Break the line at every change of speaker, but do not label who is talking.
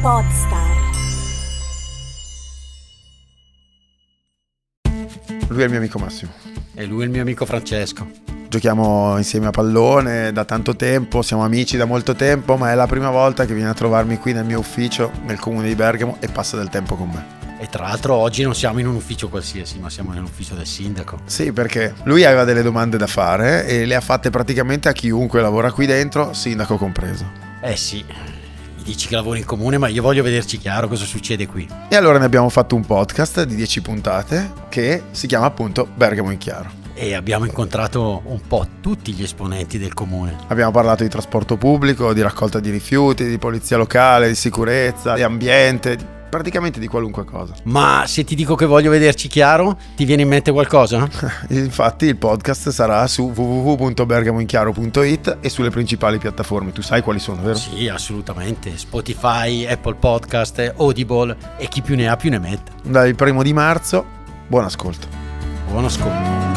Podstar.
Lui è il mio amico Massimo.
E lui è il mio amico Francesco.
Giochiamo insieme a pallone da tanto tempo, siamo amici da molto tempo, ma è la prima volta che viene a trovarmi qui nel mio ufficio nel comune di Bergamo e passa del tempo con me.
E tra l'altro oggi non siamo in un ufficio qualsiasi, ma siamo nell'ufficio del sindaco.
Sì, perché lui aveva delle domande da fare e le ha fatte praticamente a chiunque lavora qui dentro, sindaco compreso.
Eh sì, mi dici che lavori in comune, ma io voglio vederci chiaro cosa succede qui.
E allora ne abbiamo fatto un podcast di 10 puntate che si chiama appunto Bergamo in chiaro.
E abbiamo incontrato un po' tutti gli esponenti del comune.
Abbiamo parlato di trasporto pubblico, di raccolta di rifiuti, di polizia locale, di sicurezza, di ambiente, di- praticamente di qualunque cosa.
Ma se ti dico che voglio vederci chiaro, ti viene in mente qualcosa?
Infatti il podcast sarà su www.bergamoinchiaro.it e sulle principali piattaforme. Tu sai quali sono, vero?
sì, assolutamente. Spotify, Apple Podcast, Audible e chi più ne ha più ne metta.
Dal primo di marzo, buon ascolto.
Buon ascolto.